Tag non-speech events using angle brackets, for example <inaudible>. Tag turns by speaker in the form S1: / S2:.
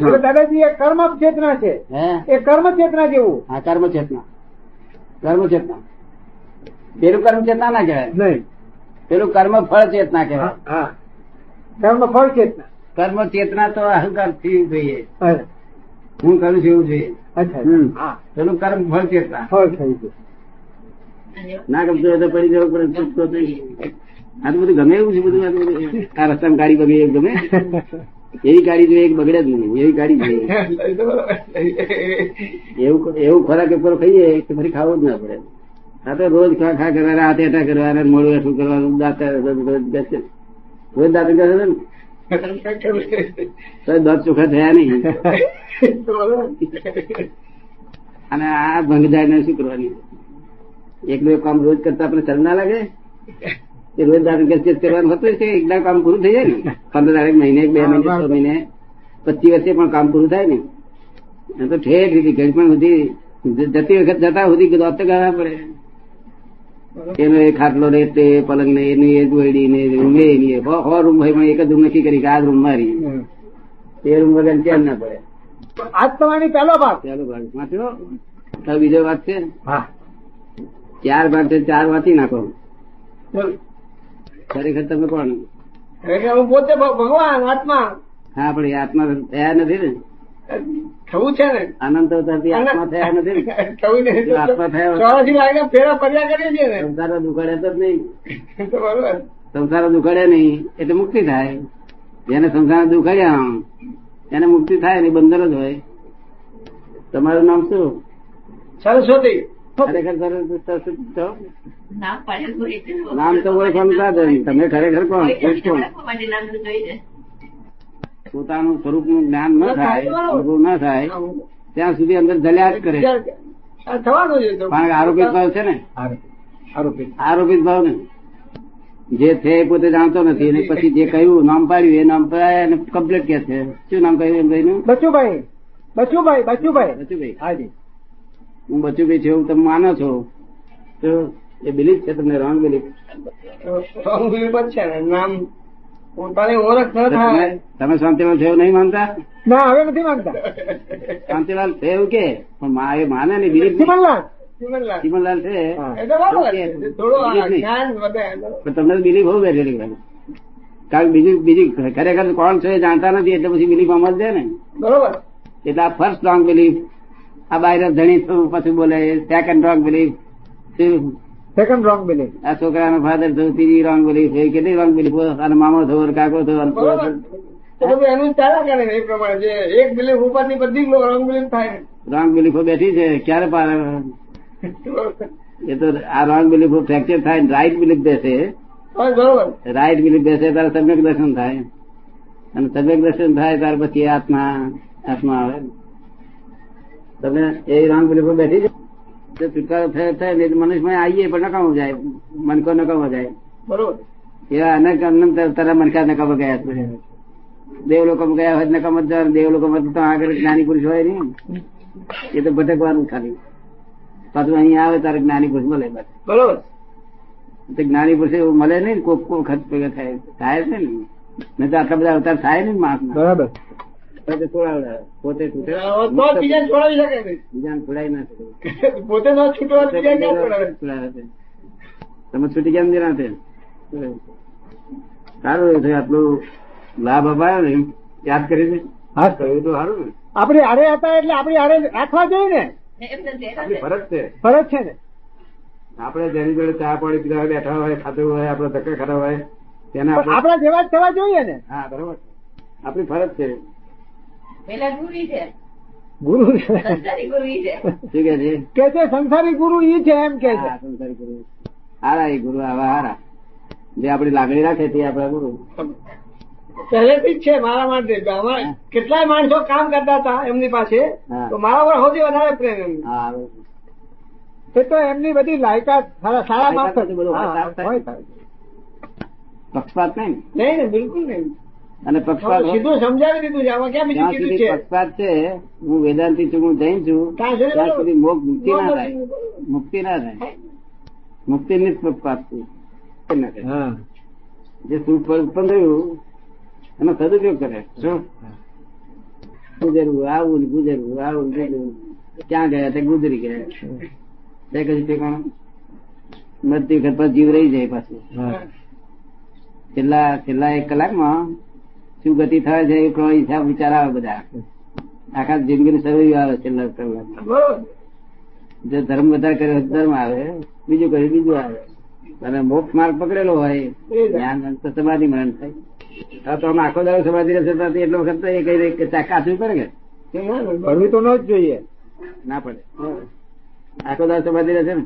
S1: એટલે દાદાજી એ કર્મ ચેતના છે
S2: હે
S1: એ કર્મ ચેતના જેવું
S2: હા કર્મ ચેતના કર્મ ચેતના પેલું કર્મ ચેતના ના કહેવાય
S1: નહીં
S2: પેલું કર્મ ફળ ચેતના કહેવાય
S1: હા, હા કર્મ ફળ ચેતના
S2: કર્મ ચેતના તો અહંકાર થયું જોઈએ
S1: હા,
S2: હું કરું છું એવું જોઈએ
S1: અચ્છા
S2: હમ.
S1: હા
S2: પેલું કર્મ ફળ ચેતના
S1: ફળ થઈ ગયું
S2: ના ગમતું હોય તો પડી જવું પડે છૂટકો થઈ ગયો. આ તો બધું ગમે એવું છે બધું આ તો બધું. આ રસ્તામાં ગાડી બગડે એવું <laughs> ગમે એવી ગાડી જોઈએ કે બગડે જ નહીં એવી ગાડી જોઈએ એવું એવું ખોરાક ઉપર ખાઈએ કે ફરી ખાવું જ ના પડે આ તો રોજ ખા ખા કરવાના હાથે હેઠા કરવાના મોડું હેઠું કરવાનું દાંતા રોજ બેસે. રોજ દાંત ઘસે ને તો દાંત ચોખ્ખા થયા નહીં અને આ ભંગદાર ને શું કરવાની એકલું એક કામ રોજ કરતા આપણે સર ના લાગે એ રોજ દાંત ઘસે કરવાનું હોતું છે એકદમ કામ પૂરું થઈ જાય ને પંદર તારીખ મહિને બે
S1: હા,
S2: મહિને
S1: બરાબર.
S2: છ મહિને પચીસ વર્ષે પણ કામ પૂરું થાય ને આ તો ઠેર રીતે ઘડી પણ સુધી જ- જતી વખત જતા સુધી દાંત ગાવા પડે એનો એ ખાટલો ને તે પલંગ ને એની એ દોયડી ને રૂમે એની એ. હો- હો રૂમ હોય પણ એક જ રૂમ નક્કી કરી કે આ રૂમ મારી
S1: હમ.
S2: એ રૂમ વગર કેમ ના પડે
S1: આજ તમારી પહેલો ભાગ
S2: ચાલો ભાગ વાંચો તો બીજો વાત છે
S1: હા
S2: ચાર ભાગ છે ચાર વાંચી નાખો
S1: બોલો.
S2: ખરેખર તમે કોણ
S1: એટલે હું પોતે ભ- ભગવાન આત્મા
S2: હા પણ એ આત્મા થયા નથી ને
S1: થવું છે ને
S2: આનંદ અવતારથી આત્મા થયા નથી ને
S1: થવું નહીં
S2: જો આત્મા થયા હોત.
S1: ચોરાસી લાગે ફેરા ફર્યા કરીએ છીએ ને
S2: સંસારો દુખાડે તો જ નહીં
S1: તો બરોબર
S2: સંસારો દુખાડે નહીં એટલે મુક્તિ થાય જેને સંસાર દુખાડ્યા એને મુક્તિ થાય ને બંદર જ હોય તમારું નામ શું
S1: સરસ્વતી
S2: ખરેખર સરસ- સરસ છો? નામ તો ઓળખવાનું સાધન તમે ખરેખર કોણ કોણ છો? પોતાનું સ્વરૂપનું જ્ઞાન ન થાય અનુભવ ન થાય ત્યાં સુધી અંદર જલ્યા જ કરે
S1: વિચાર કે- આ થવાનું છે તો.
S2: કારણ કે આરોપિત ભાવ છે ને
S1: આરોપી. આરોપી
S2: આરોપિત ભાવ ને જે છે એ પોતે જાણતો નથી અને પછી જે કહ્યું નામ પાડ્યું એ નામ પાડ્યા અને કમ્પ્લેટ કે છે શું નામ કહ્યું એમ ભાઈનું
S1: બચુભાઈ બચુભાઈ બચુભાઈ
S2: બચુભાઈ
S1: હાજી
S2: હું બચુભાઈ છું એવું તમે માનો છો તો એ બિલીફ છે તમને રોંગ બિલીફ
S1: રોંગ બિલીફ છે ને નામ પોતાની ઓળખ ન
S2: તમે
S1: થાય
S2: તમે શાંતિલાલ છે એવું નહીં માનતા
S1: ના હવે નથી માંગતા
S2: શાંતિલાલ છે એવું કે પણ મા એ માને ને બિલીફ નહીં.
S1: ચીમનલાલ ચીમનલાલ
S2: ચીમનલાલ છે
S1: હા. એ તો બરાબર છે.
S2: એવું કે.
S1: થોડું આ
S2: બિલીફ નહીં.
S1: જ્ઞાન વધે
S2: પણ તમને બિલીફ હોવું બેઠેલી ભાઈ કારણ કે બીજું બીજી ખરેખર કોણ છે એ જાણતા નથી એટલે પછી બિલીફ આમ જ દે ને
S1: બરોબર
S2: એટલે આ ફર્સ્ટ રોંગ બિલીફ આ બાયર ધણી થયું પછી બોલે second wrong belief
S1: second wrong belief
S2: આ છોકરાનો ફાધર થયું ત્રીજી રોંગ બિલીફ થઈ કેટલી રોંગ બિલીફ અને મામો થયો અને કાકો થયો અને ફુવા
S1: બરોબર
S2: થયો.
S1: તો બધું એનું ચાલ્યા કરે ને એ પ્રમાણે જે એક બિલીફ ઉપરની બધી જ રોંગ બિલીફ થાય ને.
S2: રોંગ બિલીફો બેઠી છે ક્યારે પાર
S1: બરોબર.
S2: એ તો આ રોંગ બિલીફો ફ્રેક્ચર થાય ને રાઈટ બિલીફ બેસે
S1: હા, બરોબર
S2: રાઈટ બિલીફ બેસે ત્યારે સમ્યક દર્શન થાય અને સમ્યક દર્શન થાય ત્યાર પછી આત્મા આત્મા આવે તમે એ રોંગ બિલીફો બેઠી છે તો છુટકારો થયો થાય ને મનુષ્યમાં આવીએ પણ નકામો જાય મનકો નકામો જાય
S1: બરોબર
S2: એવા અનેક અનંત અવતારા મનકા નકામો ગયા છે દેવ લોકો ગયા હોય નકામ જ જવાનું દેવ લોકો તો આગળ જ્ઞાની પુરુષ હોય નહીં એ તો ભટકવાનું ખાલી પાછું અહીંયા આવે ત્યારે જ્ઞાની પુરુષ મળે બસ
S1: બરોબર
S2: તો જ્ઞાની પુરુષ એવું મળે નહીં ને કોક કોક વખત ભેગા થાય થાય છે ને નહીં તો આટલા બધા અવતાર થાય નહીં માણસના
S1: બરાબર
S2: પોતે છોડાવડા પોતે છૂટે
S1: તો જ બીજાને છોડાવી શકે નહીં.
S2: બીજાને છોડાય ના શકે.
S1: પોતે ન છૂટવા બીજા ક્યાં છોડાવે
S2: છોડાવે છે. તમે છૂટી કેમ નહીં રાતે સારું એવું થયું આટલું લાભ અપાયો ને યાદ કરી છે
S1: હા
S2: કહ્યું તો સારું ને
S1: આપડે આરે હતા એટલે આપડી આરે રાખવા જોઈએ ને
S2: આપણી ફરજ છે
S1: ફરજ છે ને
S2: આપણે જેની જોડે ચા પાણી પીધા હોય બેઠા હોય ખાધું હોય આપણે ધક્કા ખાધા હોય
S1: પણ
S2: તેને આપણે
S1: આપડા જેવા જ થવા જોઈએ ને
S2: હા બરોબર છે. આપણી ફરજ છે
S1: ગુરુ
S2: શું કે છે
S1: કે છે સંસારી ગુરુ ઈ છે એમ કે છે
S2: હા, સંસારી ગુરુ હારા એ ગુરુ આવા હારા જે આપણી લાગણી રાખે તે આપણા ગુરુ
S1: પહેલેથી જ છે મારા માટે અમારે કેટલાય માણસો કામ કરતા હતા એમની પાસે
S2: હા.
S1: તો મારા પર સૌથી વધારે પ્રેમ એમનો.
S2: હા આવે છે.
S1: એ તો એમની બધી લાયકાત સારા સારા માણસો
S2: લાયકાત બધું
S1: હા,
S2: સારું થાય.
S1: હોય સારું.
S2: પક્ષપાત નહીં ને?
S1: નહીં ને બિલકુલ નહીં
S2: અને પક્ષપાત
S1: હવે સીધું સમજાવી દીધું છે આમાં ક્યાં બીજું
S2: જ્યાં
S1: કીધું
S2: સુધી
S1: છે
S2: પક્ષપાત છે હું વેદાંતિ છું હું જૈન છું
S1: ત્યાં સુધી
S2: ત્યાં
S1: બરોબર.
S2: સુધી મોક્ષ મુક્તિ ના
S1: બરોબર.
S2: થાય મુક્તિ ના થાય મુક્તિ ની જ પક્ષપાત છે એ ના થાય.
S1: હા
S2: જે સુખ પર ઉત્પન્ન થયું એનો સદુપયોગ કરે શું ગુજરવું આવું ને ગુજરવું આવું ને ગુજરવું ક્યાં ગયા તે ગુજરી ગયા તે કશું ઠેકાણું મરતી વખત પાછું જીવ રહી જાય પાછું છેલ્લા છેલ્લા એક કલાકમાં શું ગતિ થાય છે એ પ્રમાણે હિસાબ વિચાર આવે બધા આખા જિંદગીનું સરવૈયું આવે છેલ્લા કલાક
S1: બરોબર
S2: જો ધર્મ વધારે કર્યો હોય તો ધર્મ આવે બીજું કર્યું બીજું આવે અને મોક્ષ માર્ગ પકડેલો હોય
S1: એ જ.
S2: જ્ઞાન અંત તો સમાધિ મરણ થાય હા તો આમ આખો દાડો સમાધિ રહેશે તો આથી એટલો વખત તો એ કહી દે કે ચા કાચું પડે કે
S1: બરોબર.
S3: ભરવી તો ન જ જોઈએ
S2: ના પડે આખો દાડો સમાધિ રહેશે ને